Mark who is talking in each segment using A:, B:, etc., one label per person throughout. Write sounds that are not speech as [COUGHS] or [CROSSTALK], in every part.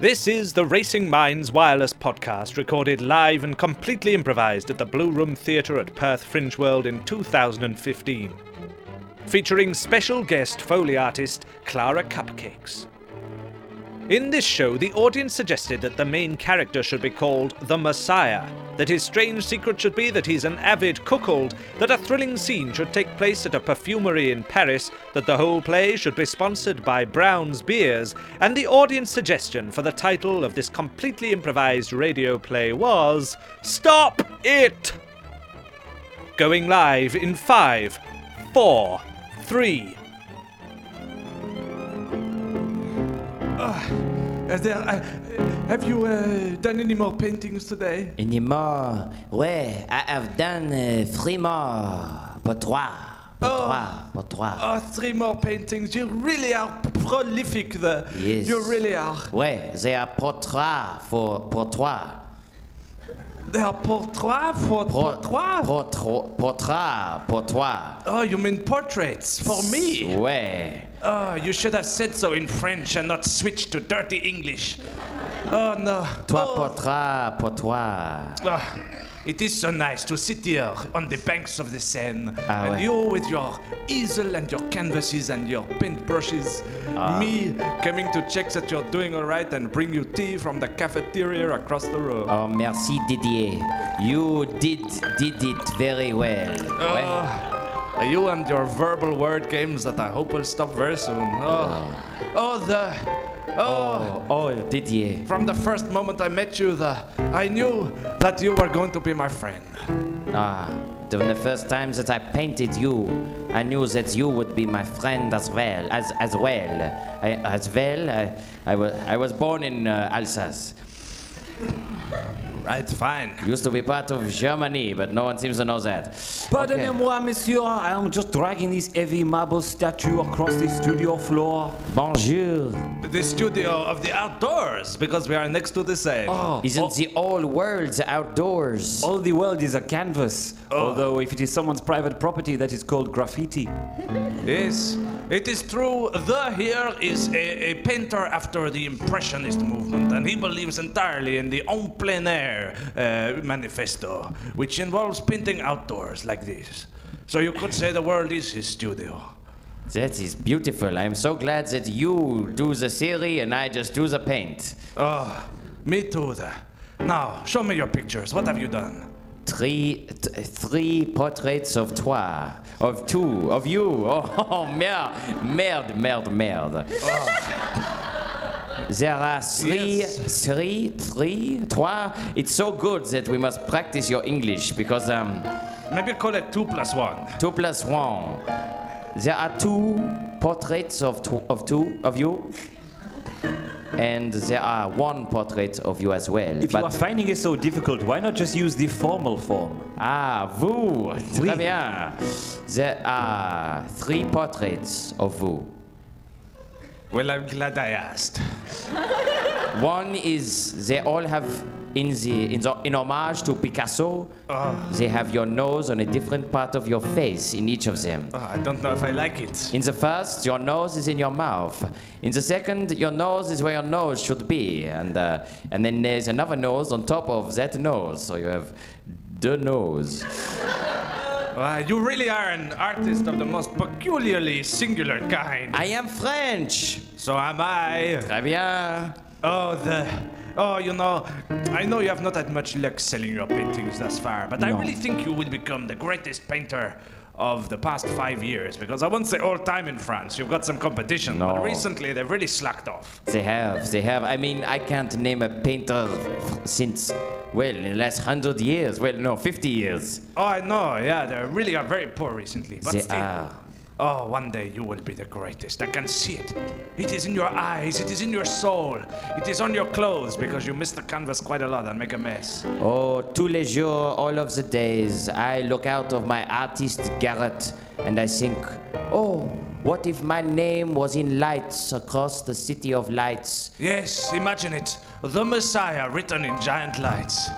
A: This is the Racing Minds Wireless podcast, recorded live and completely improvised at the Blue Room Theatre at Perth Fringe World in 2015. Featuring special guest Foley artist Clara Cupcakes. In this show, the audience suggested that the main character should be called the Messiah, that his strange secret should be that he's an avid cuckold, that a thrilling scene should take place at a perfumery in Paris, that the whole play should be sponsored by Brown's Beers, and the audience suggestion for the title of this completely improvised radio play was Stop It! Going live in five, four, three.
B: Uh, there, I- have you uh, done any more paintings today?
C: Any more? Ouais, I have done uh, three more. Pour toi. Pour toi. Pour toi.
B: Oh, three more paintings. You really are prolific there.
C: Yes.
B: You really are.
C: Ouais, they are pour toi. For, pour toi.
B: They are portraits for
C: Pour,
B: portraits.
C: Pour, tro- pour toi. Pour toi.
B: oh, you mean portraits for me?
C: Ouais.
B: Oh, you should have said so in French and not switched to dirty English. Oh, no.
C: Toi,
B: Oh,
C: pour toi. Pour toi.
B: ah, it is so nice to sit here on the banks of the Seine.
C: Ah,
B: and
C: ouais.
B: you with your easel and your canvases and your paintbrushes.
C: Ah.
B: Me coming to check that you're doing all right and bring you tea from the cafeteria across the road.
C: Oh, merci Didier. You did did it very well. Ouais.
B: Ah, you and your verbal word games that I hope will stop very soon. Oh, oh the. oh.
C: Oh, oh, Didier.
B: From the first moment I met you, the, I knew that you were going to be my friend.
C: Ah, the, the first time that I painted you, I knew that you would be my friend as well. As as well, I, as well. I, I was I was born in uh, Alsace.
B: Right, fine.
C: Used to be part of Germany, but no one seems to know that.
D: Pardonnez-moi, monsieur, I am just dragging this heavy marble statue across the studio floor.
C: Bonjour.
B: The studio of the outdoors, because we are next to the same. Oh.
C: Isn't the old world the outdoors?
D: All the world is a canvas, although if it is someone's private property, that is called graffiti.
B: Yes, it is true. The here is a, a painter after the Impressionist movement, and he believes entirely in the en plein air uh, manifesto, which involves painting outdoors like this. So you could say the world is his studio.
C: That is beautiful. I'm so glad that you do the theory and I just do the paint.
B: Oh, me too. There. Now, show me your pictures. What have you done?
C: Three, t- three portraits of toi, of two, of you. [LAUGHS] Oh, merde, merde, merde, merde. There are three,
B: Yes.
C: three, three, trois. It's so good that we must practice your English because um,
B: Maybe call it two plus one.
C: two plus one. There are two portraits of, tw- of two of you, and there are one portrait of you as well.
D: If you are finding it so difficult, why not just use the formal form?
C: Ah, vous! Très
D: Oui.
C: bien! There are three portraits of vous.
B: Well, I'm glad I asked.
C: One is they all have in the in, the, in homage to Picasso. They have your nose on a different part of your face in each of them.
B: Oh, I don't know if I like it.
C: In the first, your nose is in your mouth. In the second, your nose is where your nose should be, and uh, and then there's another nose on top of that nose. So you have the nose.
B: Wow, Ah, you really are an artist of the most peculiarly singular kind.
C: I am French.
B: So am I.
C: Très bien.
B: Oh, the. Oh, you know, I know you have not had much luck selling your paintings thus far, but I
C: No.
B: really think you will become the greatest painter of the past five years, because I won't say all time in France. You've got some competition, but
C: No.
B: recently they've really slacked off.
C: They have, they have. I mean, I can't name a painter f- since, well, in the last hundred years. Well, no, 50 years.
B: Oh, I know, yeah, they really are very poor recently, but
C: They
B: still.
C: are.
B: Oh, one day you will be the greatest. I can see it. It is in your eyes, it is in your soul, it is on your clothes, because you miss the canvas quite a lot and make a mess.
C: Oh, tous les jours, all of the days, I look out of my artist garret and I think, oh, what if my name was in lights across the city of lights?
B: Yes, imagine it. The Messiah written in giant lights.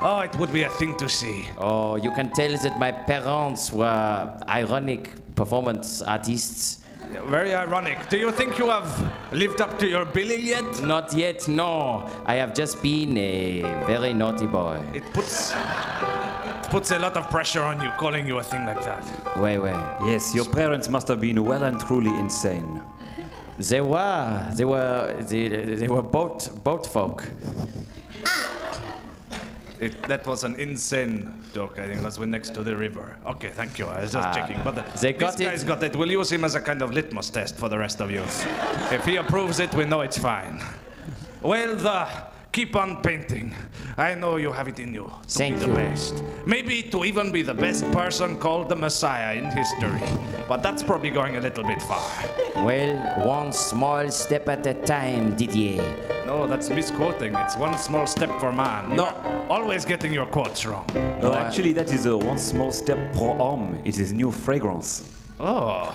B: Oh, it would be a thing to see.
C: Oh, you can tell that my parents were ironic performance artists.
B: Very ironic. Do you think you have lived up to your billing yet?
C: Not yet, no. I have just been a very naughty boy.
B: It puts it puts a lot of pressure on you calling you a thing like that.
C: Wait, wait.
D: Yes, your parents must have been well and truly insane.
C: They were, they were, they, they were boat, boat folk.
B: It, that was an insane joke. I think that's we're next to the river. Okay, thank you. I was just checking. But the,
C: Ah. they got
B: this
C: it.
B: guy's got it. We'll use him as a kind of litmus test for the rest of you. if he approves it, we know it's fine. Well, the, keep on painting. I know you have it in you to
C: Thank
B: be the
C: you.
B: best. Maybe to even be the best person called the Messiah in history. But that's probably going a little bit far.
C: Well, one small step at a time, Didier.
B: No, that's misquoting. It's one small step for man. No, always getting your quotes wrong.
D: No, actually, that is a one small step pro homme. It is new fragrance.
B: Oh,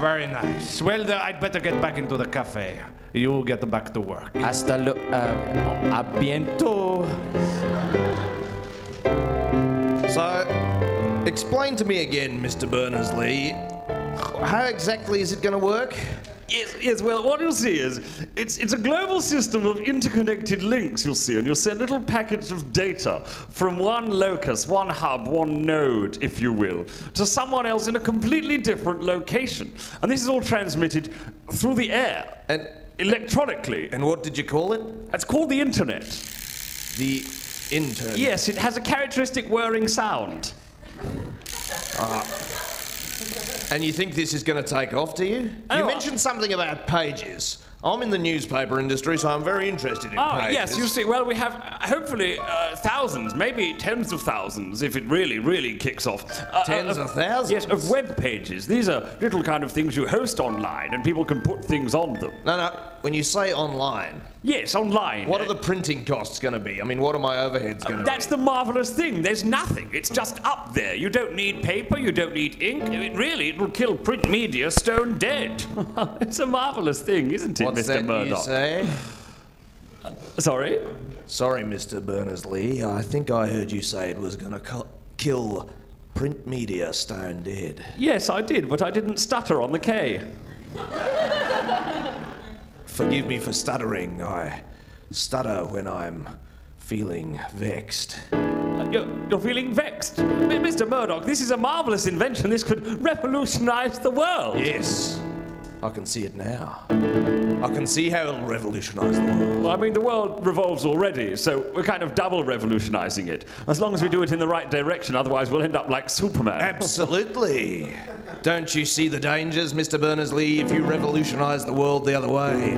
B: very nice. Well, then I'd better get back into the cafe. You get back to work.
C: Hasta lo, uh, a bientôt.
E: So, explain to me again, Mr. Berners Lee, how exactly is it going to work?
F: Yes, yes, well, what you'll see is it's, it's a global system of interconnected links, you'll see, and you'll send little packets of data from one locus, one hub, one node, if you will, to someone else in a completely different location. And this is all transmitted through the air,
E: And
F: electronically.
E: and what did you call it?
F: It's called the internet.
E: The intern.
F: Yes, it has a characteristic whirring sound.
E: And you think this is going to take off, do you?
F: Oh,
E: you
F: I-
E: mentioned something about pages. I'm in the newspaper industry, so I'm very interested in
F: Oh,
E: pages.
F: yes, you see. Well, we have uh, hopefully uh, thousands, maybe tens of thousands, if it really, really kicks off. Uh,
E: Tens of thousands?
F: Yes, of web pages. These are little kind of things you host online, and people can put things on them.
E: No, no. When you say online,
F: Yes, online.
E: what are the printing costs going to be? I mean, what are my overheads going to
F: That's the marvelous thing. There's nothing. It's just up there. You don't need paper. You don't need ink. It really, it will kill print media stone dead. [LAUGHS] it's a marvelous thing, isn't
E: be?
F: it,
E: What's
F: Mr.
E: that you
F: Murdoch?
E: say?
F: Sorry.
E: Sorry, Mr. Berners Lee. I think I heard you say it was going to co- kill print media stone dead.
F: Yes, I did, but I didn't stutter on the K.
E: Forgive me for stuttering. I stutter when I'm feeling vexed.
F: Uh, You're, you're feeling vexed. M- Mr. Murdoch, this is a marvelous invention. This could revolutionize the world.
E: Yes, I can see it now. I can see how it'll revolutionise the world.
F: Well, I mean, the world revolves already, so we're kind of double revolutionizing it. As long as we do it in the right direction, otherwise, we'll end up like Superman.
E: Absolutely. Don't you see the dangers, Mr. Berners Lee? If you revolutionise the world the other way,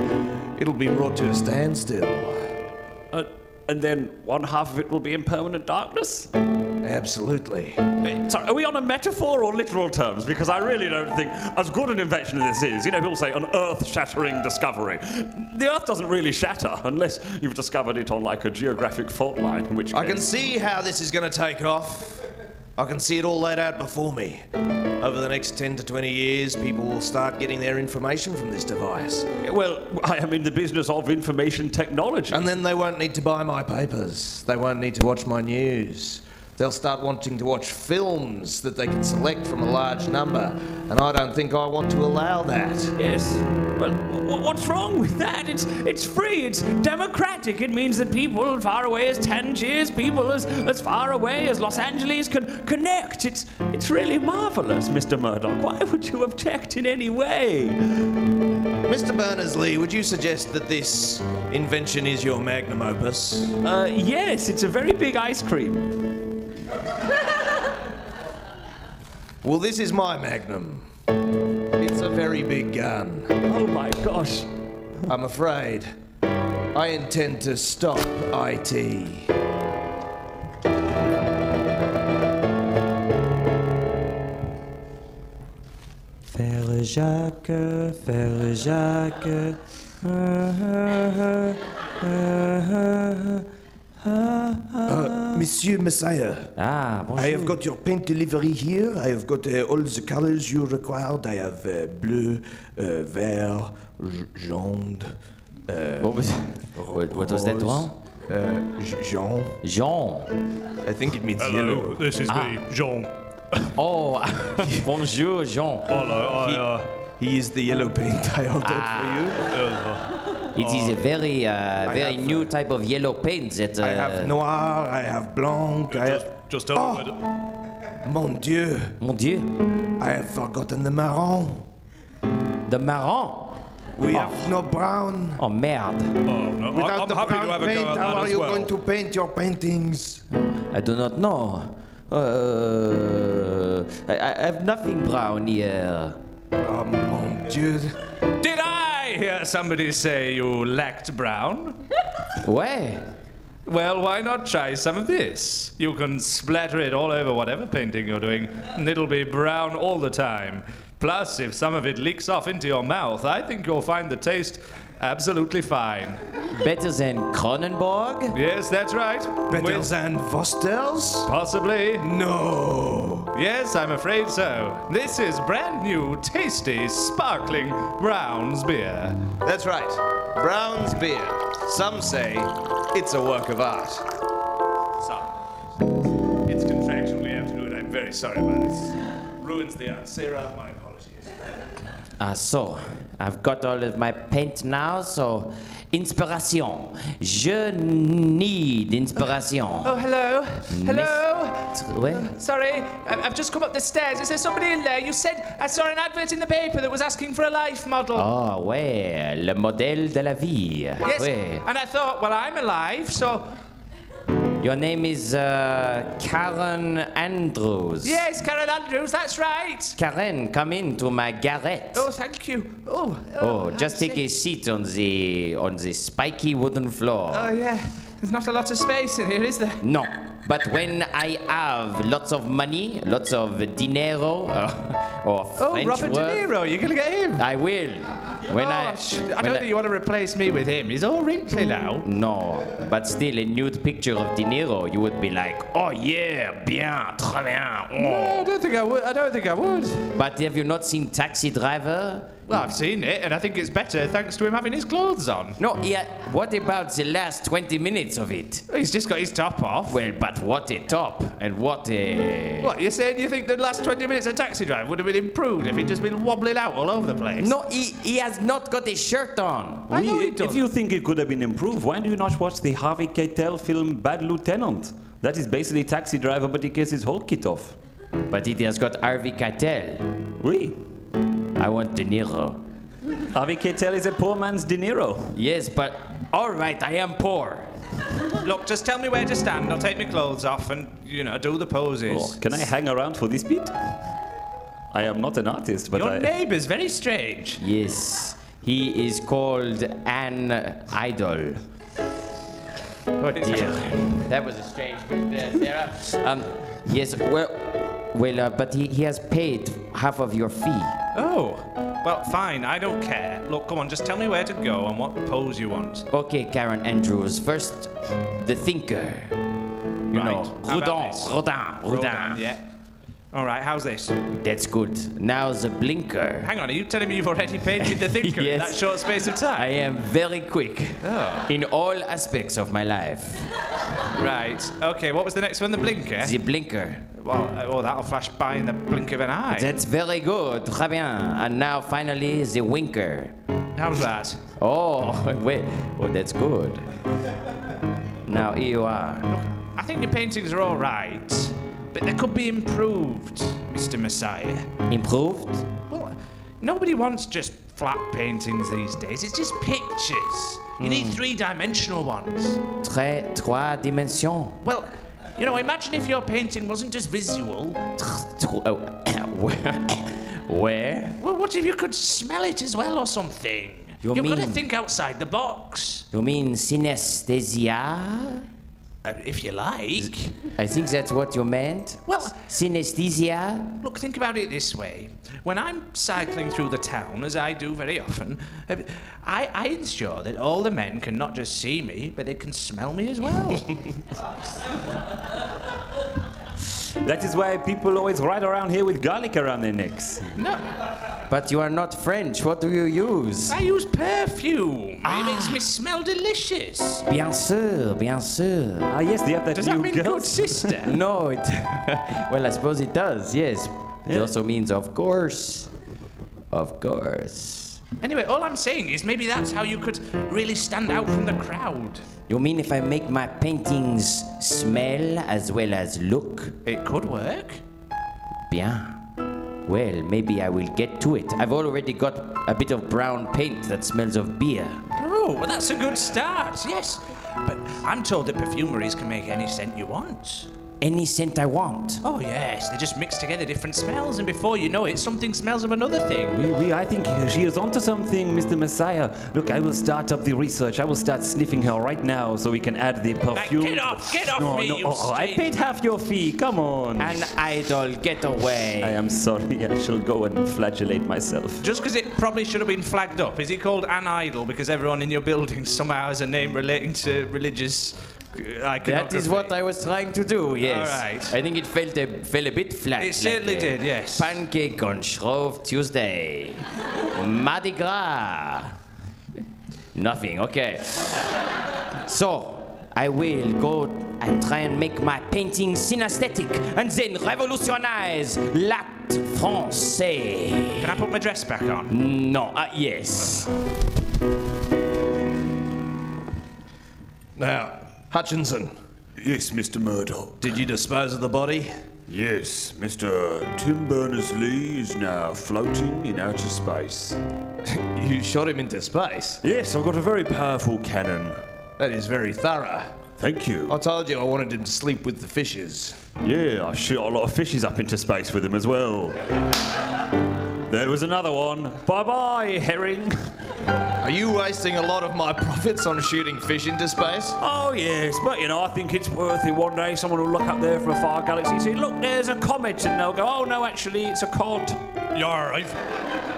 E: it'll be brought to a standstill.
F: Uh, and then one half of it will be in permanent darkness?
E: Absolutely.
F: Uh, Sorry, are we on a metaphor or literal terms? Because I really don't think as good an invention as this is. You know, people say an earth shattering discovery. The earth doesn't really shatter unless you've discovered it on like a geographic fault line, in which
E: I can
F: case-
E: see how this is going to take off. I can see it all laid out before me. Over the next 10 to 20 years, people will start getting their information from this device.
F: Well, I am in the business of information technology.
E: And then they won't need to buy my papers. They won't need to watch my news. They'll start wanting to watch films that they can select from a large number. And I don't think I want to allow that.
F: yes. Well, wh- what's wrong with that? It's it's free. It's democratic. It means that people as far away as Tangiers, people as, as far away as Los Angeles can connect. It's it's really marvelous, Mr. Murdoch. Why would you object in any way?
E: Mr. Berners Lee, would you suggest that this invention is your magnum opus?
F: Uh, yes, it's a very big ice cream.
E: Well, this is my magnum. It's a very big gun.
F: Oh my gosh.
E: I'm afraid I intend to stop IT.
G: Faire Jacques, faire Jacques. Ah, ah, ah, ah, ah, ah.
E: Monsieur Messiah,
C: Ah,
E: I
C: bonjour.
E: have got your paint delivery here. I have got uh, all the colors you required. I have uh, bleu, uh, vert, j- jaune. Uh,
C: What was, what, what was that
E: rose,
C: one?
E: Uh, j- jaune.
C: Jean.
E: I think it means
H: Hello, this is me, Jean.
C: Oh, [LAUGHS] bonjour, Jean.
B: I, uh, he is the yellow paint. I ordered for you.
C: It is a very, uh, very
E: have,
C: new type of yellow paint that. Uh,
E: I have noir, I have blanc,
B: Just,
E: I have.
B: just tell
E: Oh.
B: me about it.
E: Mon Dieu,
C: Mon Dieu,
E: I have forgotten the marron.
C: the marron.
E: We have no brown.
C: Oh merde,
B: Oh, no, I-
E: Without
B: I'm
E: the
B: happy
E: brown
B: to have a
E: paint,
B: go at
E: how
B: that
E: are
B: as
E: you
B: well.
E: going to paint your paintings?
C: I do not know. Uh, I, I have nothing brown here.
E: Oh, mon Dieu.
B: Did I hear somebody say you lacked brown?
C: Ouais.
B: Well, why not try some of this? You can splatter it all over whatever painting you're doing, and it'll be brown all the time. Plus, if some of it leaks off into your mouth, I think you'll find the taste absolutely fine.
C: Better than Cronenborg?
B: Yes, that's right.
E: Better
B: With-
E: than Vostels?
B: Possibly.
E: No.
B: Yes, I'm afraid so. This is brand new, tasty, sparkling Brown's beer.
E: That's right. Brown's beer. Some say it's a work of art.
B: It's contraction, we have to do it. I'm very sorry about this. Ruins the art. Sarah, my apologies.
C: Ah, so, I've got all of my paint now, so. Inspiration. Je need inspiration.
I: Oh, hello. Hello.
C: Ouais.
I: Sorry, I- I've just come up the stairs. Is there somebody in there? You said I saw an advert in the paper that was asking for a life model.
C: Oh, ouais, le modèle de la vie.
I: yes.
C: Ouais.
I: And I thought, well, I'm alive, so
C: Your name is uh, Karen Andrews.
I: yes, Carol Andrews, that's right.
C: Karen, come in to my garret.
I: Oh, thank you. Oh.
C: Oh,
I: I'm
C: just take
I: sick.
C: a seat on the on the spiky wooden floor.
I: Oh yeah. There's not a lot of space in here, is there?
C: No, but when I have lots of money, lots of dinero, uh, or
I: Oh,
C: French
I: Robert
C: word,
I: De Niro, you're gonna get him.
C: I will. When I,
I: oh, sh- I
C: when
I: don't think you want to replace me with him. He's all wrinkly now.
C: No, but still, a nude picture of De Niro, you would be like, oh yeah, bien, très bien.
I: No, I
C: oh."
I: don't think I would. I don't think I would.
C: But have you not seen Taxi Driver?
I: Well, I've seen it, and I think it's better thanks to him having his clothes on.
C: No, yeah. What about the last 20 minutes of it?
I: He's just got his top off.
C: Well, but what a top and what a.
I: What, you're saying you think the last 20 minutes of taxi drive would have been improved if he'd just been wobbling out all over the place?
C: No, he, he has not got a shirt on.
I: I know he
J: If
I: does.
J: you think it could have been improved, why do you not watch the Harvey Keitel film Bad Lieutenant? That is basically Taxi Driver, but he gets his whole kit off.
C: But it has got Harvey Keitel.
J: Oui.
C: I want De Niro.
J: Harvey Keitel is a poor man's De Niro.
C: Yes, but all right, I am poor.
B: Look, just tell me where to stand. I'll take my clothes off and, you know, do the poses.
J: Oh, can I hang around for this bit? I am not an artist,
C: Oh,
J: but
B: Your
J: I.
B: neighbour's very strange.
C: Yes, he is called an idol. Oh dear, that was a strange bit there, Sarah. [LAUGHS] Um, yes, well, well, uh, but he, he has paid half of your fee.
B: Oh, well, fine. I don't care. Look, come on, just tell me where to go and what pose you want.
C: Okay, Karen Andrews. First, the thinker. You
B: Right.
C: know,
B: How about
C: Rodin,
B: this?
C: Rodin,
B: Roll
C: Rodin.
B: down, Yeah. All right, how's this?
C: That's good. Now the blinker.
B: Hang on, are you telling me you've already painted
C: [LAUGHS]
B: the thinker in
C: Yes.
B: that short space of
C: I
B: time?
C: am very quick in all aspects of my life.
B: Right. Okay, what was the next one? The blinker?
C: The blinker.
B: Well, uh, oh, that'll flash by in the blink of an eye.
C: That's very good. Très bien. And now finally the winker.
B: How's that?
C: Oh, [LAUGHS] wait. Oh, that's good. Now here you are.
B: I think your paintings are all right, but they could be improved, Mr. Messiah.
C: Improved?
B: Well, nobody wants just flat paintings these days. It's just pictures. You
I: Hmm.
B: need three-dimensional ones.
C: Très trois dimensions.
B: Well, you know, imagine if your painting wasn't just visual.
C: Tro- oh, [COUGHS] where? where?
B: Well, what if you could smell it as well or something?
C: You're
B: You've got to
C: mean.
B: think outside the box,
C: You mean synesthesia?
B: uh, if you like.
C: I think that's what you meant.
B: Well,
C: Synesthesia?
B: Look, think about it this way. When I'm cycling through the town, as I do very often, uh, I, I ensure that all the men can not just see me, but they can smell me as well.
D: That is why people always ride around here with garlic around their necks.
C: But you are not French. What do you use?
I: I use perfume. It
B: Ah.
I: makes me smell delicious.
C: Bien sûr, bien sûr.
D: Ah, yes, they have that
I: Does
D: new
I: that mean
D: girl.
I: good sister?
C: No, it. [LAUGHS] well, I suppose it does. Yes. It also means, of course, of course.
I: anyway, all I'm saying is maybe that's how you could really stand out from the crowd.
C: You mean if I make my paintings smell as well as look?
I: It could work.
C: Bien. Well, maybe I will get to it. I've already got a bit of brown paint that smells of beer.
I: Oh, well, that's a good start, yes. But I'm told that perfumeries can make any scent you want.
C: Any scent I want.
I: Oh, yes, they just mix together different smells, and before you know it, something smells of another thing.
D: We, we, I think she is onto something, Mr. Messiah. Look, I will start up the research. I will start sniffing her right now so we can add the perfume.
I: get off- get off
D: no,
I: me,
D: No,
I: you
D: oh, oh, I
I: strange-
D: paid half your fee. Come on.
C: An idol, get away.
D: I am sorry. I shall go and flagellate myself.
I: Just because it probably should have been flagged up, is it called an idol because everyone in your building [LAUGHS] somehow has a name relating to religious uh, iconography?
C: That is what I was trying to do, yes.
I: Alright.
C: I think it felt a, fell a bit flat.
I: It certainly
C: like a
I: did, yes.
C: Pancake on Shrove Tuesday. Mardi Gras. Nothing, okay. So, I will go and try and make my painting synesthetic and then revolutionize l'art français.
I: Can I put my dress back on?
C: No, uh, yes.
E: Now, Hutchinson,
F: Yes, Mr. Murdoch.
E: did you dispose of the body?
F: Yes, Mr. Tim Berners Lee is now floating in outer space.
E: You shot him into space.
F: Yes, I've got a very powerful cannon.
E: That is very thorough.
F: Thank you.
E: I told you I wanted him to sleep with the fishes.
J: Yeah, I shoot a lot of fishes up into space with them as well. There was another one. Bye bye, herring.
E: Are you wasting a lot of my [LAUGHS] profits on shooting fish into space?
J: Oh, yes, but you know, I think it's worth it one day. Someone will look up there from a far galaxy and say, Look, there's a comet. And they'll go, Oh, no, actually, it's a cod.
B: Yar, I've,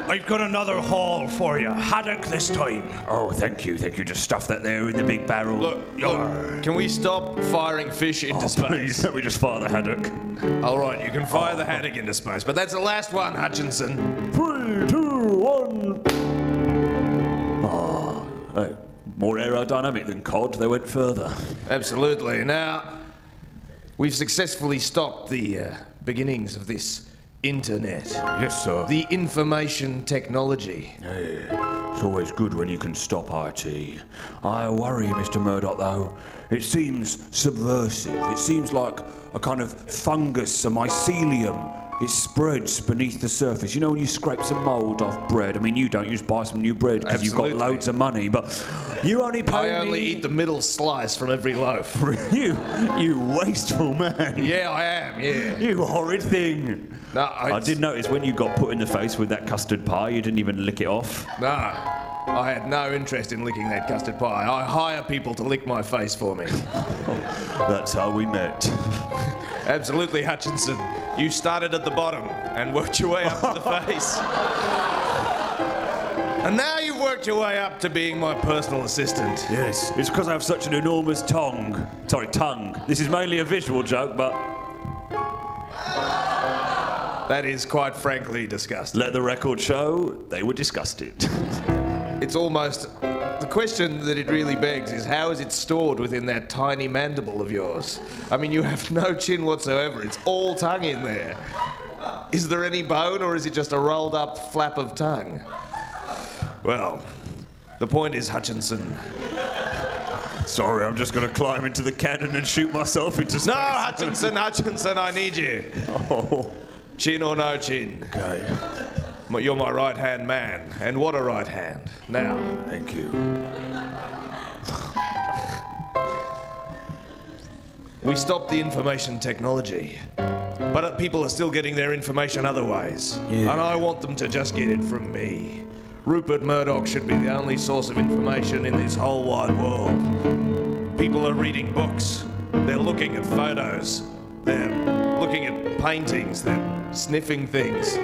B: I've got another haul for you. Haddock this time.
F: Oh, thank you, thank you. Just stuff that there in the big barrel.
E: Look, look, can we stop firing fish into space?
J: Oh, Please, let me just fire the haddock.
E: All right, you can fire the haddock into space, but that's the last one, Hutchinson.
J: Three, two, one. Oh, eh, more aerodynamic than cod. They went further.
E: Absolutely. Now, we've successfully stopped the uh, beginnings of this internet,
F: Yes, sir.
E: the information technology.
F: Yeah, it's always good when you can stop IT. I worry, Mr. Murdoch, though. It seems subversive. It seems like a kind of fungus, a mycelium. It spreads beneath the surface. You know when you scrape some mould off bread? I mean, you don't. You just buy some new bread because you've got
E: Absolutely.
F: loads of money. But you only pay
E: I only
F: me-
E: eat the middle slice from every loaf.
D: [LAUGHS]
F: you, you wasteful man.
E: Yeah, I am. Yeah.
J: You horrid thing.
E: No,
J: I did notice when you got put in the face with that custard pie, you didn't even lick it off.
E: No, I had no interest in licking that custard pie. I hire people to lick my face for me.
F: That's how we met.
E: Absolutely, Hutchinson. You started at the bottom and worked your way up to the face. And now you've worked your way up to being my personal assistant.
J: Yes, it's because I have such an enormous tongue. Sorry, tongue. This is mainly a visual joke, but
E: That is quite frankly disgusting.
J: let the record show they were disgusted.
E: It's almost. The question that it really begs is how is it stored within that tiny mandible of yours? I mean, you have no chin whatsoever, it's all tongue in there. Is there any bone or is it just a rolled up flap of tongue? Well, the point is, Hutchinson,
J: Sorry, I'm just going to climb into the cannon and shoot myself into space.
E: No, Hutchinson, Hutchinson, I need you.
J: Oh,
E: Chin or no chin.
F: Okay,
E: M- You're my right hand man. And what a right hand. Now,
F: thank you.
E: we stopped the information technology. But uh, people are still getting their information other ways. And I want them to just get it from me. Rupert Murdoch should be the only source of information in this whole wide world. People are reading books, they're looking at photos, they're looking at paintings, they're sniffing things.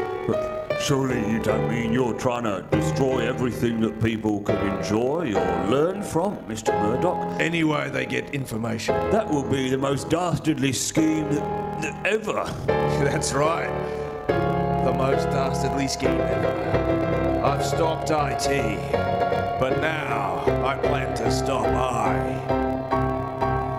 F: Surely you don't mean you're trying to destroy everything that people can enjoy or learn from, Mr. Murdoch?
E: Anywhere they get information. [LAUGHS]
F: That will be the most dastardly scheme that, that ever.
E: That's right. The most dastardly scheme ever. I've stopped IT, but now I plan to stop I.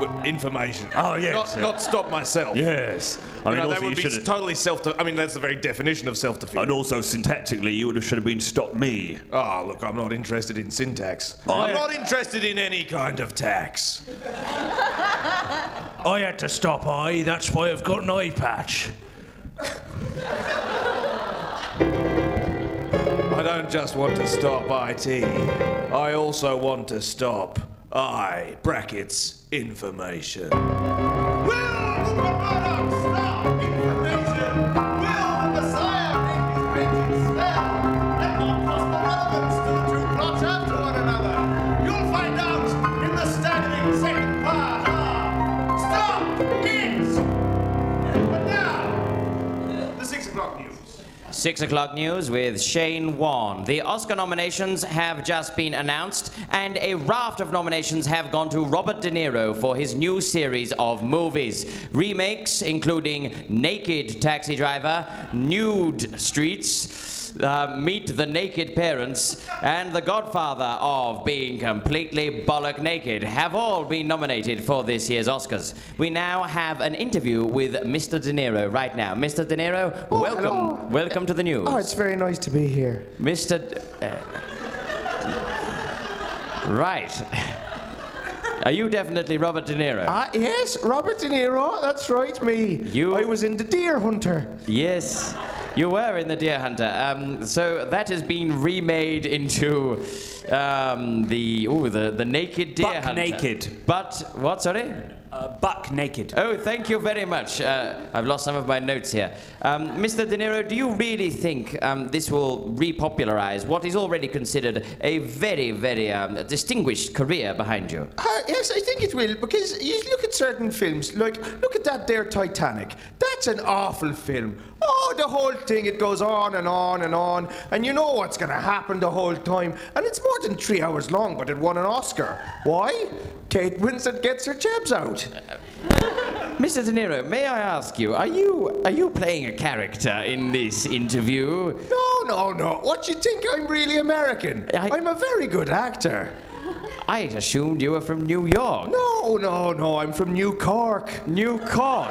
E: But information.
F: Oh, yes,
E: Not,
F: yeah.
E: not stop myself.
F: Yes. I
E: You
F: mean,
E: know,
F: also
E: that
F: you
E: would be
F: should.
E: totally self. I mean, that's the very definition of self-defeat.
F: And also syntactically, you would have should have been stop me.
E: Oh, look, I'm not interested in syntax. I'm not interested in any kind of tax.
B: I had to stop I, that's why I've got an eye patch.
E: I don't just want to stop IT. I also want to stop I brackets information.
C: Six o'clock news with Shane Warne. The Oscar nominations have just been announced, and a raft of nominations have gone to Robert De Niro for his new series of movies. Remakes including Naked Taxi Driver, Nude Streets, uh, Meet the Naked Parents, and The Godfather of Being Completely Bollock Naked have all been nominated for this year's Oscars. We now have an interview with Mr. De Niro right now. Mr. De Niro, welcome.
K: Oh, hello.
C: Welcome to the news.
K: Oh, it's very nice to be here.
C: Mr. D- uh, right. Are you definitely Robert De Niro?
K: Ah, yes, Robert De Niro. That's right, me.
C: You-
K: I was in the Deer Hunter.
C: yes. You were in The Deer Hunter. Um, so that has been remade into um, the ooh, the, the Naked Deer
D: Buck
C: Hunter.
D: Naked.
C: But what? Sorry.
D: Uh, buck naked.
C: Oh, thank you very much. Uh, I've lost some of my notes here. Um, Mr. De Niro, do you really think um, this will repopularize what is already considered a very, very um, distinguished career behind you?
K: Ah, yes, I think it will because you look at certain films, like look at that there Titanic. That's an awful film. Oh, the whole thing it goes on and on and on, and you know what's going to happen the whole time. And it's more than three hours long, but it won an Oscar. Why? Kate Winslet gets her jabs out.
C: Mr. De Niro, may I ask you, are you are you playing a character in this interview?
K: No, no, no. What you think? I'm really American.
C: I-
K: I'm a very good actor.
C: I assumed you were from New York.
K: No, no, no. I'm from New Cork. [LAUGHS]
C: New Cork.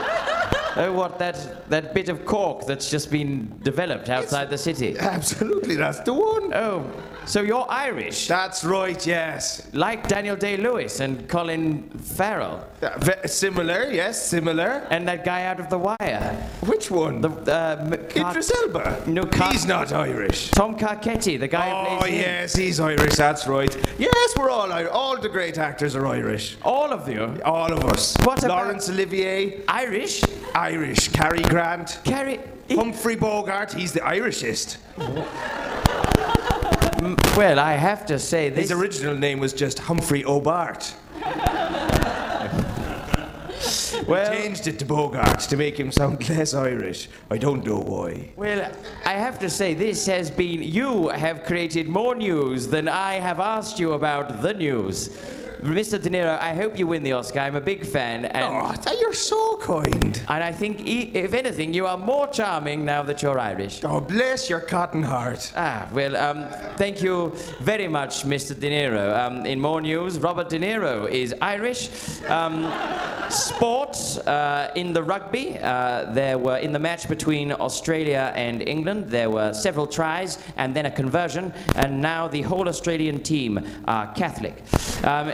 C: oh, what that that bit of cork that's just been developed outside the city.
K: Absolutely, that's the one.
C: Oh, so you're Irish.
K: That's right. Yes.
C: like Daniel Day Lewis and Colin Farrell
K: Uh, ve- similar. Yes, similar.
C: and that guy out of The Wire.
K: Which one?
C: The uh, m- Car-
K: Idris Elba.
C: No, Car-
K: he's not Irish.
C: Tom Carchetti, the guy who
K: Oh
C: plays him.
K: yes, he's Irish. That's right. Yes, we're all Irish. All the great actors are Irish.
C: all of you.
K: All of us.
C: What about-
K: Laurence Olivier,
C: Irish.
K: Irish. Cary Grant,
C: Carrie.
K: Humphrey Bogart. He's the Irishest.
C: Well, I have to say this.
K: His original name was just Humphrey O'Bart.
C: well,
K: Changed it to Bogart to make him sound less Irish. I don't know why.
C: Well, I have to say, this has been. You have created more news than I have asked you about the news. Mr. De Niro, I hope you win the Oscar. I'm a big fan. And,
K: Oh, you're so kind.
C: and I think, e- if anything, you are more charming now that you're Irish.
K: Oh, bless your cotton heart.
C: Ah, well, um, thank you very much, Mr. De Niro. Um, in more news, Robert De Niro is Irish. Um, sports uh, in the rugby, uh, there were in the match between Australia and England, there were several tries and then a conversion, and now the whole Australian team are Catholic. Um,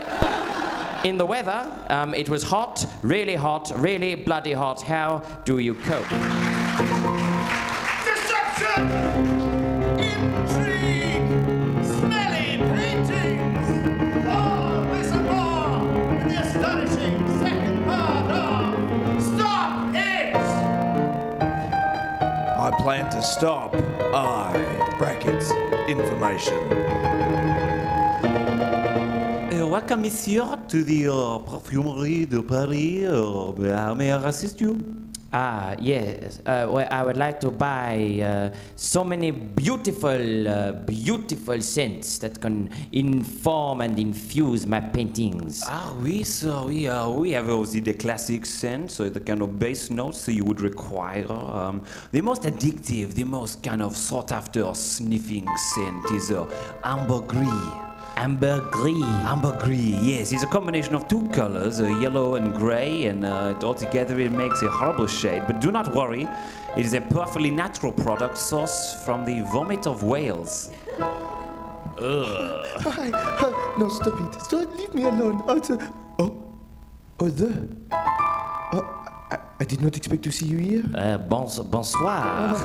C: in the weather, um, it was hot, really hot, really bloody hot. How do you cope?
L: Deception! Intrigue! Smelly paintings! All this and more in the astonishing second part of Stop It!
E: I plan to stop I brackets information.
D: welcome, monsieur, to the uh, perfumerie de Paris. Uh, how may I assist you?
C: Ah, yes. Uh, well, I would like to buy uh, so many beautiful, uh, beautiful scents that can inform and infuse my paintings.
D: Ah, oui, so we, uh, we have also the classic scent, so the kind of bass notes that you would require. Um, the most addictive, the most kind of sought after sniffing scent is uh, ambergris.
C: Ambergris.
D: Ambergris, yes, it's a combination of two colors, uh, yellow and gray, and uh, it- altogether it makes a horrible shade. But do not worry, it is a perfectly natural product sourced from the vomit of whales.
E: Hi. Hi. No, stop it. Stop. Leave me alone. Oh, it's a- oh. Oh, there. Oh, I, I did not expect to see you here.
C: Uh, bons- bonsoir.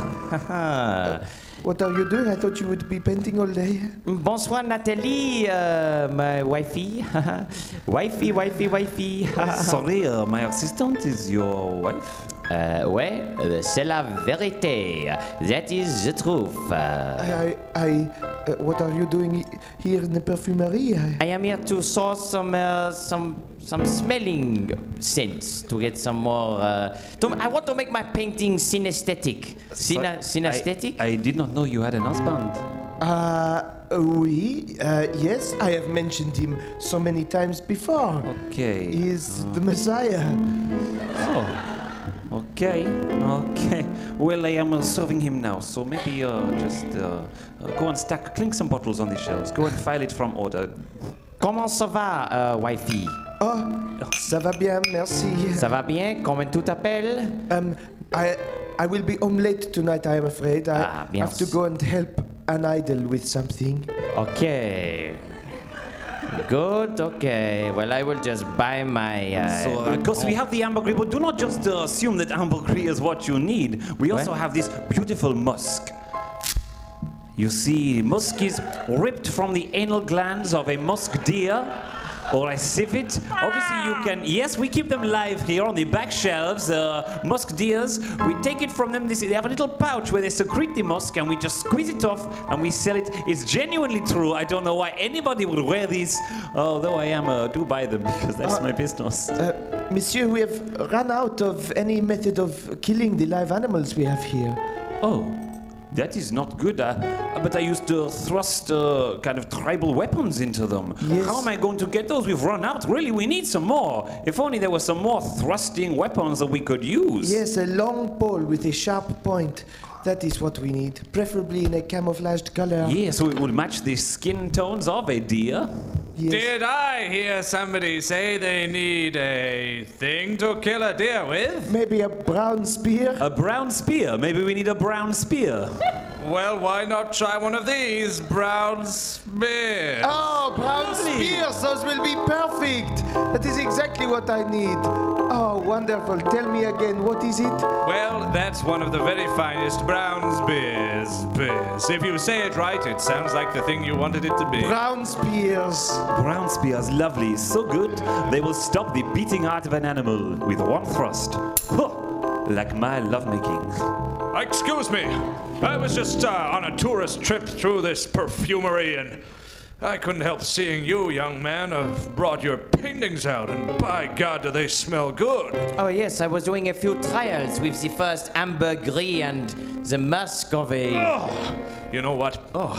C: [LAUGHS]
E: What are you doing? I thought you would be painting all day.
C: bonsoir, Nathalie, uh, my wifey. [LAUGHS] wifey, wifey, wifey. [LAUGHS]
D: Sorry, uh, my assistant is your wife?
C: uh, ouais, uh, c'est la vérité. That is the truth. Uh,
E: I, I, I uh, what are you doing he- here in the perfumery? I,
C: I am here to source some uh, some some smelling scents to get some more. Uh, to, I want to make my painting synesthetic. Syna, synesthetic?
D: I did not know you had an husband.
E: uh, we, uh, yes, I have mentioned him so many times before.
D: Okay.
E: He is the Messiah.
D: Okay, okay. Well, I am uh, serving him now, so maybe uh, just uh, uh, go and stack, clink some bottles on the shelves. Go and file it from order.
C: Comment ça va, euh, wifey?
E: Oh, ça va bien, merci.
C: Ça va bien? Comment tu t'appelles?
E: Um, I, I will be home late tonight, I am afraid. I
C: Ah, bien
E: have to
C: sûr.
E: go and help an idol with something.
C: Okay. Good. Okay. Well, I will just buy my. Uh,
D: So, uh, of course, we have the ambergris, but do not just uh, assume that ambergris is what you need. We also have this beautiful musk. You see, musk is ripped from the anal glands of a musk deer, or a civet. Obviously, you can. Yes, we keep them live here on the back shelves. Uh, musk deers, we take it from them. This, they have a little pouch where they secrete the musk, and we just squeeze it off and we sell it. It's genuinely true. I don't know why anybody would wear these, although I am uh, do buy them [LAUGHS] because that's my business.
E: Uh, monsieur, we have run out of any method of killing the live animals we have here.
D: Oh, that is not good. Uh, but I used to thrust uh, kind of tribal weapons into them.
E: Yes.
D: How am I going to get those? We've run out. Really, we need some more. If only there were some more thrusting weapons that we could use.
E: Yes, a long pole with a sharp point. That is what we need, preferably in a camouflaged color.
D: Yeah, so it would match the skin tones of a deer.
E: Yes.
F: Did I hear somebody say they need a thing to kill a deer with?
E: Maybe a brown spear?
D: A brown spear. Maybe we need a brown spear.
F: Well, why not try one of these, brown spears?
E: Oh, brown spears, those will be perfect. That is exactly what I need. Oh, wonderful. Tell me again, what is it?
F: Well, that's one of the very finest brown spears. spears. If you say it right, it sounds like the thing you wanted it to be.
E: Brown spears.
D: [LAUGHS] brown spears, lovely, so good. They will stop the beating heart of an animal with one thrust. Huh, like my lovemaking.
F: Excuse me. I was just uh, on a tourist trip through this perfumery and I couldn't help seeing you, young man. I've brought your paintings out and by God, do they smell good.
C: Oh yes, I was doing a few trials with the first ambergris and the musk of a.
F: Oh, you know what? Oh,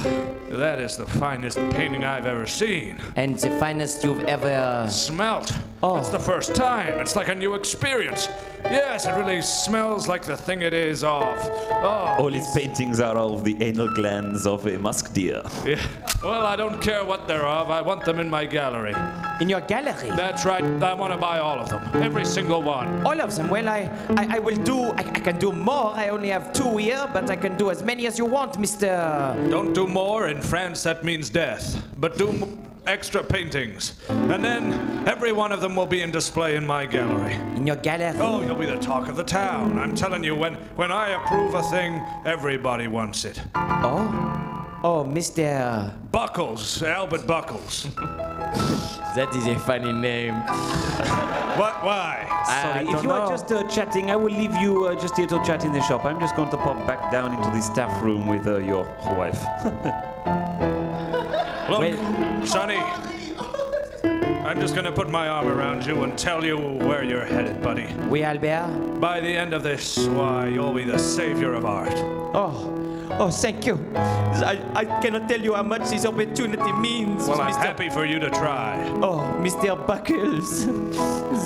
F: that is the finest painting I've ever seen.
C: And the finest you've ever.
F: Smelt.
C: Oh.
F: It's the first time. It's like a new experience. Yes, it really smells like the thing it is of. Oh,
D: All his paintings are of the anal glands of a musk deer.
F: yeah. Well, I don't care what they're of. I want them in my gallery.
C: In your gallery.
F: That's right. I want to buy all of them. Every single one.
C: All of them. Well, I, I, I will do. I, I can do more. I only have two here, but I can do as many as you want, Mister.
F: Don't do more. In France, that means death. But do m- extra paintings. And then every one of them will be in display in my gallery.
C: In your gallery.
F: Oh, you'll be the talk of the town. I'm telling you, when, when I approve a thing, everybody wants it.
C: Oh, Mister.
F: Buckles, Albert Buckles.
C: That is a funny name.
F: what? Why?
D: Sorry, if you are just uh, chatting, I will leave you uh, just here to chat in the shop. I'm just going to pop back down into the staff room with uh, your [LAUGHS] wife.
F: Look, Sonny.
I: I'm just gonna put my arm around you and tell you where you're headed, buddy.
C: We, Albert?
I: By the end of this, why, you'll be the savior of art.
M: Oh, oh, thank you. I, I cannot tell you how much this opportunity means,
I: Well, I'm
M: Mr.
I: happy for you to try.
M: Oh, Mr. Buckles,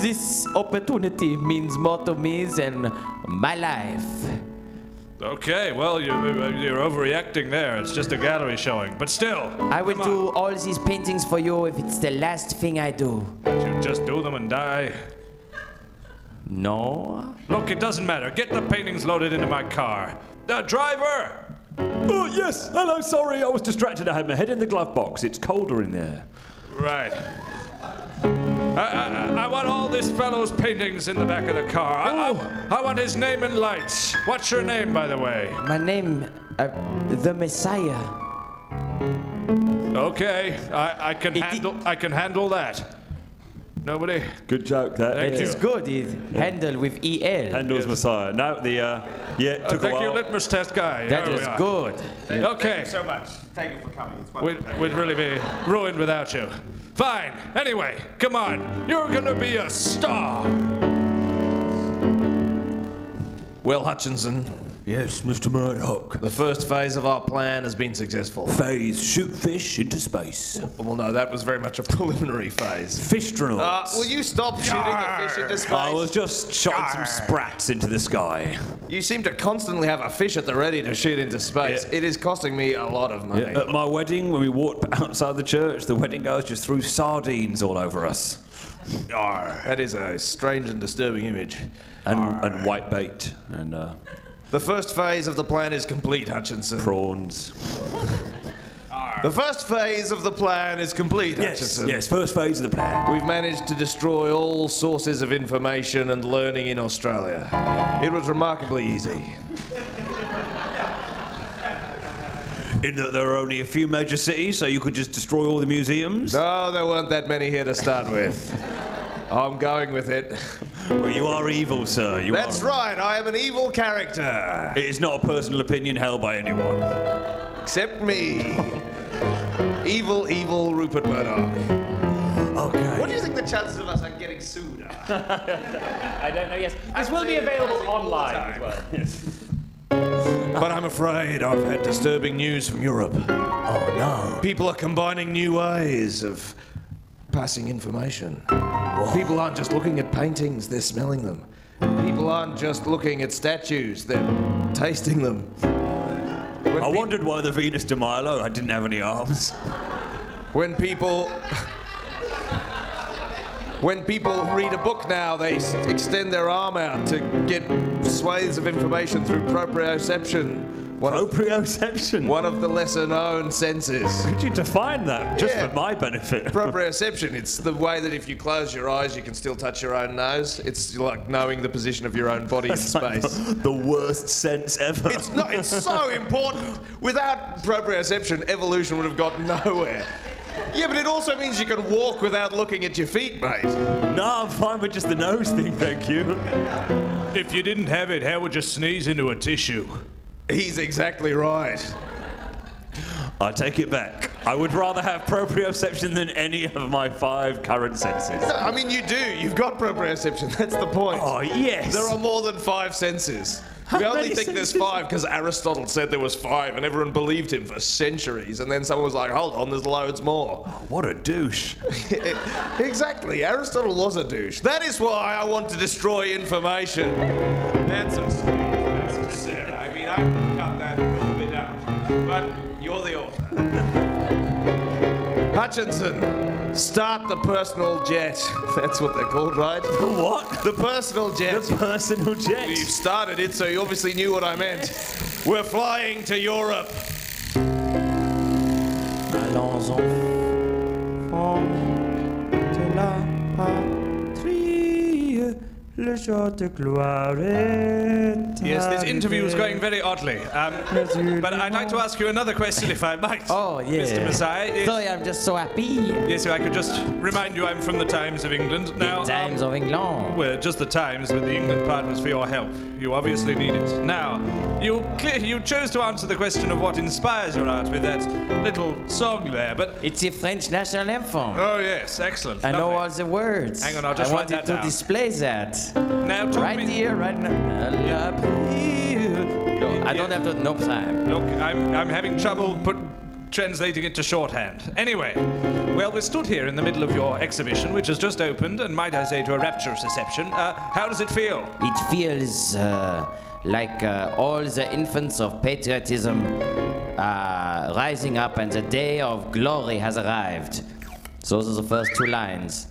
M: [LAUGHS] this opportunity means more to me than my life.
I: Okay, well, you, uh, you're overreacting there. It's just a gallery showing. But still,
C: I will do all these paintings for you if it's the last thing I do.
I: you just do them and die.
C: No?
I: Look, it doesn't matter. Get the paintings loaded into my car. The driver!
D: Oh, yes. Hello, sorry. I was distracted. I had my head in the glove box. It's colder in there.
I: Right. I, I, I want all this fellow's paintings in the back of the car. Uh, I, I, I want his name in lights. What's your name, by the way?
C: My name, uh, the Messiah.
I: Okay, I, I can handle. I can handle that. Nobody.
D: Good joke, that.
I: Thank
D: yeah.
I: you.
C: It's good. It handled with E EL.
D: Handles Messiah. No, the, uh, yeah, it
I: Uh,
D: took a
I: thank you,
D: while.
I: litmus test guy.
C: That
B: oh,
I: Here we
C: was
I: are.
C: good.
I: Okay,
K: so much. Thank you for coming. It's wonderful.
I: we'd, we'd really be ruined without you. Fine. Anyway, come on. You're gonna be a star.
E: Well, Hutchinson,
F: Yes, Mr. Murdoch.
E: the first phase of our plan has been successful.
F: Phase shoot fish into space.
E: Well, no, that was very much a preliminary phase.
D: Fish drone.
E: Uh, will you stop shooting a fish into
D: I
E: space?
D: was just shotting some sprats into the sky.
E: You seem to constantly have a fish at the ready to shoot into space. It is costing me a lot of money.
D: At my wedding, when we walked [LAUGHS] outside the church, the wedding girls just threw sardines all over us
E: Arr, that is a strange and disturbing image.
D: and, and white bait and uh,
E: The first phase of the plan is complete, Hutchinson.
D: prawns.
E: The first phase of the plan is complete, Hutchinson.
D: yes, first phase of the plan.
E: We've managed to destroy all sources of information and learning in Australia. It was remarkably easy.
D: In that there are only a few major cities, so you could just destroy all the museums.
E: No, Oh, there weren't that many here to start with. I'm going with it.
D: Well, you are evil, sir. You
E: That's
D: are.
E: right, I am an evil character.
D: It is not a personal opinion held by anyone.
E: Except me. evil, evil Rupert Murdoch.
D: Okay.
E: What do you think the chances of us are getting sued are?
J: [LAUGHS] I don't know, yes. This will be available online as well.
E: [LAUGHS] But I'm afraid I've had disturbing news from Europe.
F: Oh no.
E: People are combining new ways of passing information. People aren't just looking at paintings, they're smelling them. People aren't just looking at statues, they're tasting them.
D: I wondered why the Venus de Milo I didn't have any arms.
E: When people. When people read a book now, they s- extend their arm out to get swathes of information through proprioception, one of,
D: Proprioception.
E: one of the lesser known senses.
D: Could you define that just
E: Yeah.
D: for my benefit?
E: Proprioception, it's the way that if you close your eyes, you can still touch your own nose. It's like knowing the position of your own body in
D: It's like
E: space.
D: [LAUGHS] the worst sense ever.
E: It's not, it's so important. Without proprioception, evolution would have got nowhere. Yeah, but it also means you can walk without looking at your feet, mate.
D: no, I'm fine with just the nose thing, thank you.
I: If you didn't have it, how would you sneeze into a tissue?
E: He's exactly right.
D: I take it back. I would rather have proprioception than any of my five current senses.
E: I mean, you do. You've got proprioception. [LAUGHS] That's the point.
D: Oh, yes.
E: There are more than five senses. we only
D: many
E: think there's
D: senses?
E: five because Aristotle said there was five, and everyone believed him for centuries. And then someone was like, "Hold on, there's loads more."
D: what a douche.
E: [LAUGHS] exactly. Aristotle was a douche. That is why I want to destroy information.
K: That's a sweet answer. I mean, I can cut that a little bit out, but you're the author.
E: Hutchinson, start the personal jet. [LAUGHS] That's what they're called, right?
D: What?
E: The personal jet.
D: The personal
E: you
D: jet.
E: started it, so you obviously knew what I meant. We're flying to Europe.
M: Allons enfants de la patrie, le jour de gloire est
B: Yes, this interview is going very oddly. Um, but I'd like to ask you another question, if I might.
C: Oh, yeah.
B: Mr. Messiah. Yes.
C: Sorry, I'm just so happy.
B: Yes, if I could just remind you, I'm from the Times of England. Now,
C: the Times of England.
B: Well, just the Times, but the England part was for your help. You obviously need it. Now, you clear, you chose to answer the question of what inspires your art with that little song there, but
C: it's a French national anthem.
B: Oh yes, excellent.
C: I know
B: Lovely.
C: all the words.
B: Hang on, I'll just
C: I
B: write
C: wanted
B: that
C: to
B: down.
C: display that.
B: Now, talk
C: right
B: me-
C: here, right now. I love you. No, I don't have to. No time.
B: Look, I'm, I'm having trouble put, translating it to shorthand. Anyway, well, we're stood here in the middle of your exhibition, which has just opened, and might I say to a rapturous reception. Uh, how does it feel?
C: It feels uh, like uh, all the infants of patriotism are rising up, and the day of glory has arrived. So those are the first two lines.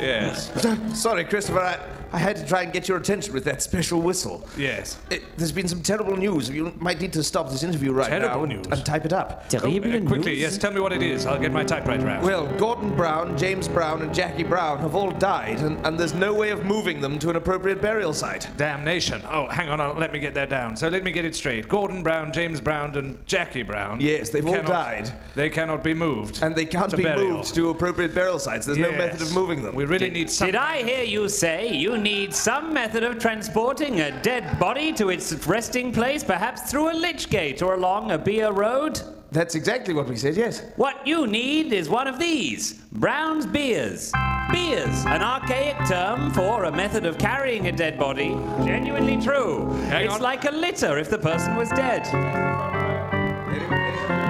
B: Yes.
E: [LAUGHS] Sorry, Christopher, I, I had to try and get your attention with that special whistle.
B: Yes.
E: It, there's been some terrible news. You might need to stop this interview right
B: Terrible
E: now and-
B: news?
E: and type it up.
B: Uh, quickly, yes, tell me what it is. I'll get my typewriter out.
E: Well, Gordon Brown, James Brown, and Jackie Brown have all died, and, and there's no way of moving them to an appropriate burial site.
B: Damnation. Oh, hang on, I'll, let me get that down. So let me get it straight. Gordon Brown, James Brown, and Jackie Brown.
E: Yes, they've all
B: cannot-
E: died.
B: They cannot be moved.
E: And they can't
B: to
E: be
B: burial.
E: moved to appropriate burial sites. There's no
B: Yes.
E: method of moving them.
B: We really need some.
D: Did I hear you say you need some method of transporting a dead body to its resting place, perhaps through a lich gate or along a beer road?
E: That's exactly what we said, yes.
D: What you need is one of these Brown's beers. Beers, an archaic term for a method of carrying a dead body. Genuinely true.
B: Hang
D: it's
B: on.
D: like a litter if the person was dead.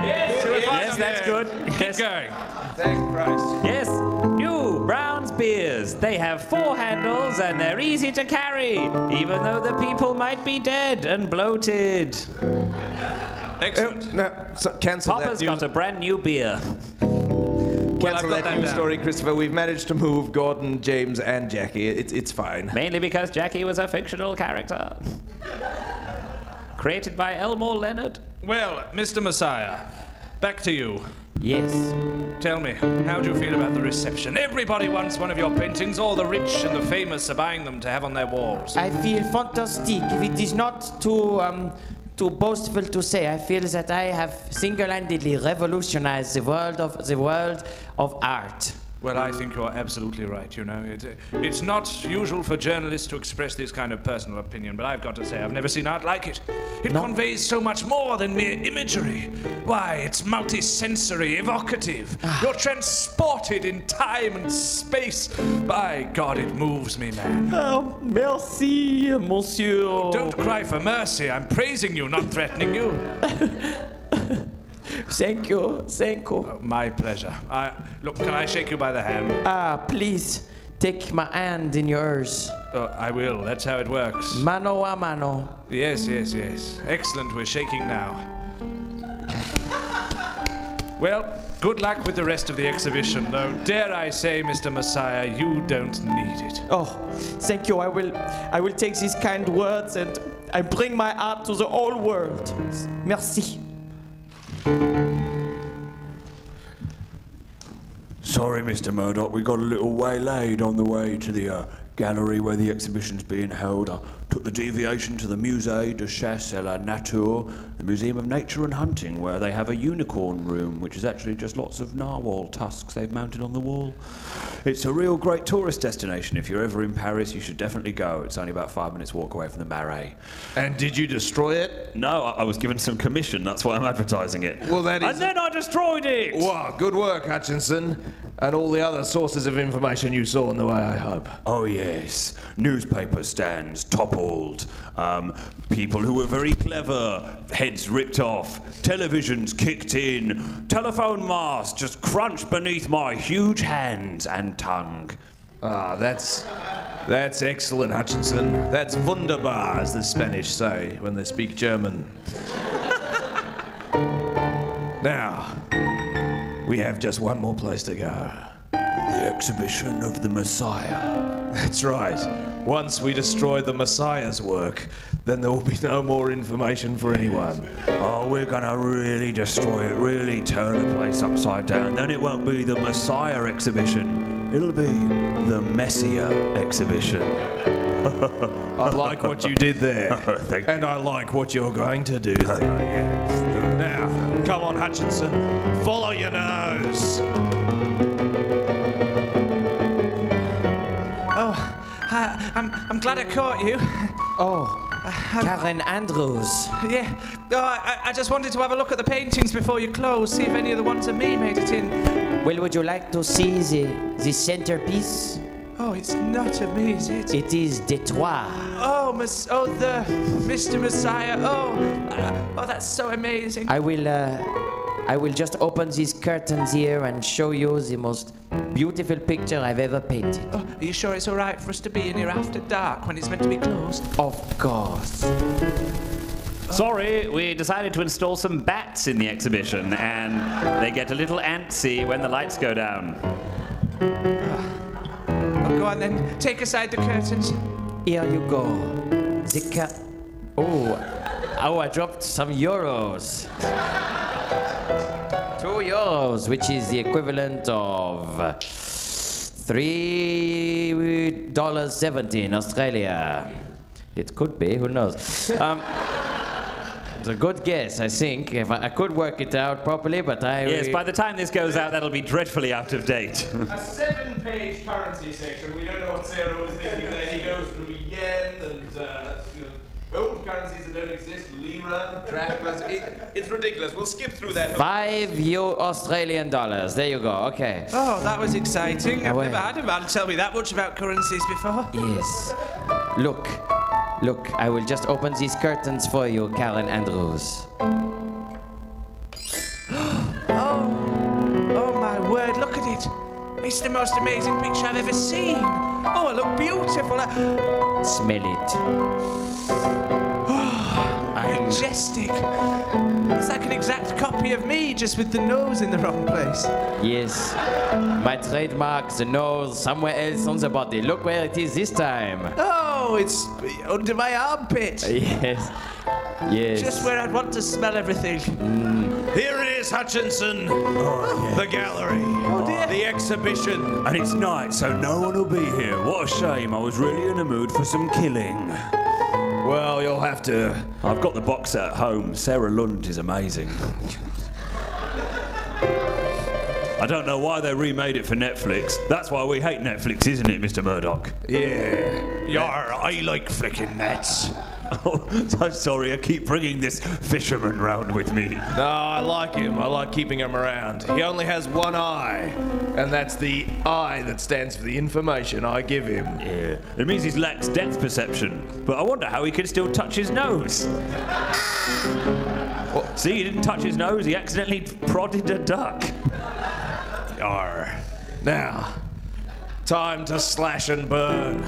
D: Yes, that's good. Yes.
B: Keep going.
E: Thank Christ.
D: Yes, new Brown's beers. They have four handles and they're easy to carry, even though the people might be dead and bloated.
B: Excellent.
E: Oh, No, so cancel
D: Papa's
E: that news,
D: got a brand new beer.
E: cancel
B: I've got
E: that
B: that
E: news
B: down.
E: story, Christopher. We've managed to move Gordon, James, and Jackie. It's, it's fine.
D: Mainly because Jackie was a fictional character. Created by Elmore Leonard.
B: Well, Mr. Messiah, back to you.
C: Yes.
B: Tell me, how do you feel about the reception? Everybody wants one of your paintings. All the rich and the famous are buying them to have on their walls.
C: I feel fantastic. If it is not too um, too boastful to say, I feel that I have single-handedly revolutionized the world of the world of art.
B: Well, I think you're absolutely right. You know, it, uh, it's not usual for journalists to express this kind of personal opinion, but I've got to say, I've never seen art like it. It conveys so much more than mere imagery. Why, it's multisensory, evocative. you're transported in time and space. By God, it moves me, man.
C: Oh, merci, monsieur.
B: Oh, Don't cry for mercy. I'm praising you, not threatening you.
C: [LAUGHS] Thank you, thank you.
B: My pleasure. I, look, can I shake you by the hand?
C: Ah, please take my hand in yours.
B: Uh, I will. That's how it works.
C: Mano a mano.
B: Yes, yes, yes. Excellent. We're shaking now. Well, good luck with the rest of the exhibition, though. Dare I say, Mr. Messiah, you don't need it.
C: Oh, thank you. I will, I will take these kind words and I bring my art to the whole world. Merci.
F: Sorry, Mr. Murdoch, we got a little waylaid on the way to the uh, gallery where the exhibition's being held. I took the deviation to the Musée de Chasse et la Nature, the Museum of Nature and Hunting, where they have a unicorn room, which is actually just lots of narwhal tusks they've mounted on the wall. It's a real great tourist destination. If you're ever in Paris, you should definitely go. It's only about five minutes' walk away from the Marais.
E: And did you destroy it?
N: No, I, I was given some commission. That's why I'm advertising it.
E: Well, that is-
N: And then I destroyed it.
E: Wow, good work, Hutchinson, and all the other sources of information you saw on the way, I hope.
F: Oh, yes. Newspaper stands toppled. Um, people who were very clever, heads ripped off. Televisions kicked in. Telephone masts just crunched beneath my huge hands and tongue.
E: Ah, that's that's excellent, Hutchinson. That's wunderbar, as the Spanish say when they speak German. [LAUGHS] now, we have just one more place to go.
F: The exhibition of the Messiah.
E: That's right. Once we destroy the Messiah's work, then there will be no more information for anyone.
F: Oh, we're gonna really destroy it, really turn the place upside down. Then it won't be the
E: [LAUGHS]
F: Messiah exhibition, it'll be the Messiah exhibition.
B: I like what you did there.
F: [LAUGHS] Thank
B: and I like what you're going to do there. Now, come on, Hutchinson. Follow your nose.
O: Oh, hi, I'm, I'm glad I caught you.
C: Oh, Karen Andrews.
O: Yeah, oh, I, I just wanted to have a look at the paintings before you closed, see if any of the ones of me made it in.
C: Well, would you like to see the, the centerpiece?
O: Oh, it's not of me, is it?
C: It is de toi.
O: Oh, Miss, oh, the Mr. Messiah. Oh, uh, oh, that's so amazing.
C: I will, uh, I will just open these curtains here and show you the most beautiful picture I've ever painted.
O: Oh, are you sure it's all right for us to be in here after dark when it's meant to be closed?
C: Of course.
D: Sorry, we decided to install some bats in the exhibition, and they get a little antsy when the lights go down.
O: Oh, go on then, take aside the curtains.
C: Here you go. The cur- Oh, oh, I dropped some euros. Two euros, which is the equivalent of three dollars seventy in Australia. It could be, who knows? Um, it's a good guess, I think. If I, I could work it out properly, but I
D: Yes, by the time this goes out, that'll be dreadfully out of date.
L: A seven page currency section. We don't know what Sarah was thinking there. He goes through yen and uh, you know, old currencies that don't exist, lira, drachmas. It, it's ridiculous. We'll skip through that.
C: five U Australian dollars. There you go. Okay.
O: Oh, that was exciting. I've
C: Away.
O: never had a man tell me that much about currencies before.
C: Yes. Look, look, I will just open these curtains for you, Karen Andrews.
O: Oh my word, look at it. It's the most amazing picture I've ever seen. Oh, I look beautiful. I-
C: Smell it.
O: Majestic. It's like an exact copy of me, just with the nose in the wrong place.
C: Yes. My trademark, the nose, somewhere else on the body. Look where it is this
O: [LAUGHS]
C: time.
O: Oh, it's under my armpit.
C: Yes. Yes.
O: Just where I'd want to smell everything.
B: Here it is, Hutchinson. The gallery. The exhibition.
F: And it's night, so no one will be here. What a shame. I was really in the mood for some killing.
B: Well, you'll have to.
F: I've got the box set at home. Sarah Lund is amazing. I don't know why they remade it for Netflix. That's why we hate Netflix, isn't it, Mr. Murdoch?
B: Yeah. Yar, I like flicking nets.
F: [LAUGHS] Oh, I'm sorry, I keep bringing this fisherman round with me.
B: No, I like him. I like keeping him around.
E: He only has one eye, and that's the I that stands for the information I give him.
F: Yeah. It means he's lacks depth perception, but I wonder how he can still touch his nose. Well, See, he didn't touch his nose, he accidentally prodded a duck.
B: Yar. Now, time to slash and burn.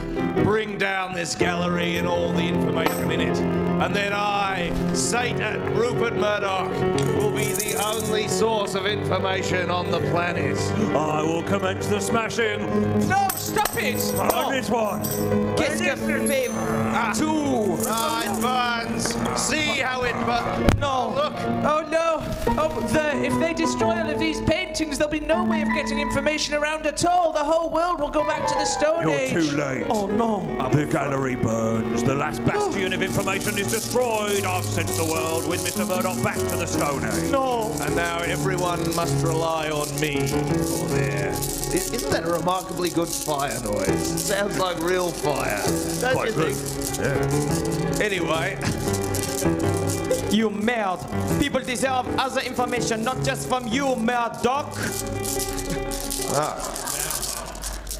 B: Bring down this gallery and all the information in it. And then I, Satan Rupert Murdoch, will be the only source of information on the planet.
F: I will commence the smashing
O: No, stop it! Oh,
F: on this one.
B: Two. Ah, it burns. See how it burns. No, look.
O: Oh no! Oh, the, if they destroy all of these paintings, there'll be no way of getting information around at all. The whole world will go back to the Stone
F: You're
O: Age.
F: too late.
O: Oh no!
F: The gallery burns. The last bastion of information is destroyed. I've sent the world with Mr. Murdoch back to the Stone Age.
O: No!
B: And now everyone must rely on me for their.
E: Is- Isn't that a remarkably good fire noise? sounds like real fire. Don't you think?
B: Anyway,
C: You mad! People deserve other information, not just from you, Murdoch.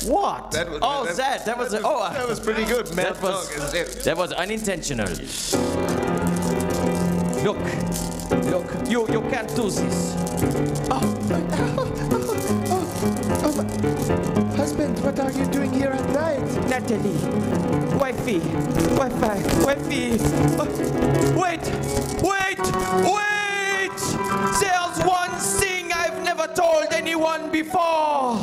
C: What?
E: That was-
C: oh,
E: that-
C: that, that, was, oh, uh,
E: That was pretty good. Mad
C: that was
E: Dog, isn't it?
C: that was unintentional. Look, look, you you can't do this.
K: [LAUGHS] Husband, what are you doing here at night?
C: Natalie, wifey, wifey, wifey. Wait, wait, wait! There's one thing I've never told anyone before,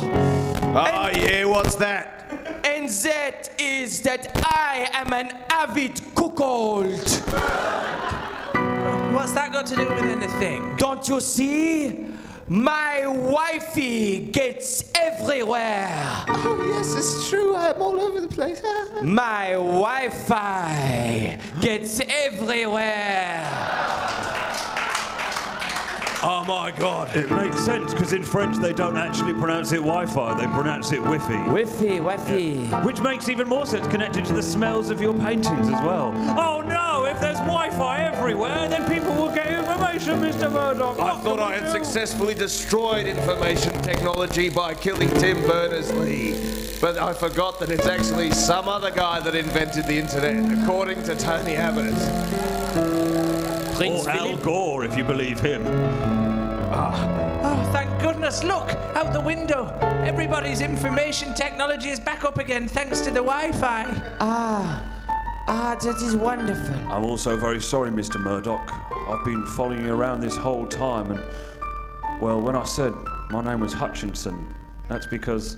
B: oh yeah, what's that?
C: and that is that I am an avid cuckold.
O: What's that got to do with anything?
C: Don't you see? My wifey gets everywhere.
K: Oh, yes, it's true. I'm all over the place.
C: My Wi-Fi gets everywhere.
F: Oh my god. It makes sense because in French they don't actually pronounce it Wi Fi, they pronounce it Wiffy.
C: Wiffy, Wiffy.
F: Which makes even more sense connected to the smells of your paintings as well.
D: Oh no, if there's Wi Fi everywhere, then people will get information, Mr. Murdoch.
E: I thought I had successfully destroyed information technology by killing Tim Berners-Lee, but I forgot that it's actually some other guy that invented the internet, according to Tony Abbott.
A: Oh,
F: or Al Gore, if you believe him.
O: Oh, thank goodness. Look, out the window. Everybody's information technology is back up again thanks to the Wi Fi.
C: Ah, that is wonderful.
F: I'm also very sorry, Mr. Murdoch. I've been following you around this whole time, and well, when I said my name was Hutchinson, that's because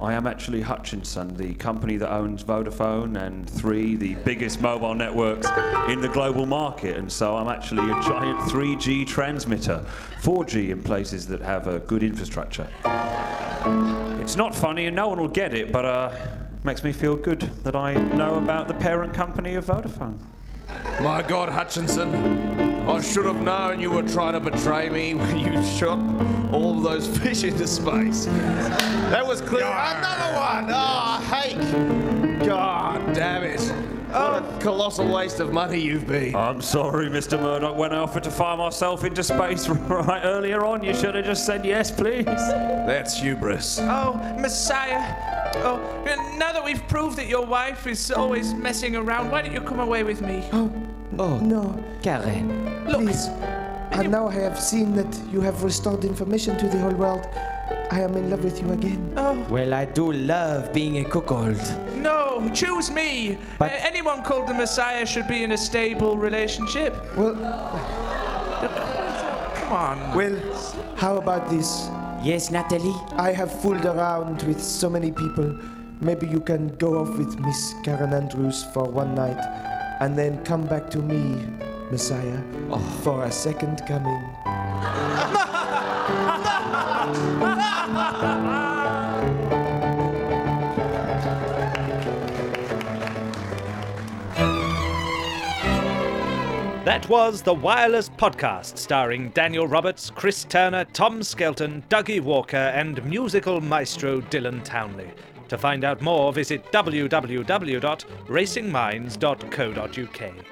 F: I am actually Hutchinson, the company that owns Vodafone and Three, the biggest mobile networks in the global market, and so I'm actually a giant 3G transmitter, 4G in places that have a good infrastructure. It's not funny, and no one will get it, but uh, makes me feel good that I know about the parent company of Vodafone.
E: My God, Hutchinson, I should have known you were trying to betray me [LAUGHS] when you shot all those fish into space. That was clear. Another one. Ah, Hake. God damn it. What a colossal waste of money you've been.
F: I'm sorry, Mr. Murdoch. When I offered to fire myself into space [LAUGHS] right earlier on, you should have just said yes, please.
E: That's hubris.
O: Oh, Messiah. Oh, now that we've proved that your wife is always messing around, why don't you come away with me?
K: Oh, No,
C: Karen.
O: Look,
K: please. And now I have seen that you have restored information to the whole world. I am in love with you again.
O: Oh,
C: Well, I do love being a cuckold.
O: no, choose me.
C: But-
O: Uh, anyone called the Messiah should be in a stable relationship.
K: Well,
O: Come on.
K: well, how about this?
C: Yes, Natalie?
K: I have fooled around with so many people. Maybe you can go off with Miss Karen Andrews for one night and then come back to me, Messiah, for a second coming.
A: That was The Wireless Podcast, starring Daniel Roberts, Chris Turner, Tom Skelton, Dougie Walker, and musical maestro Dylan Townley. To find out more, visit www.racingminds.co.uk.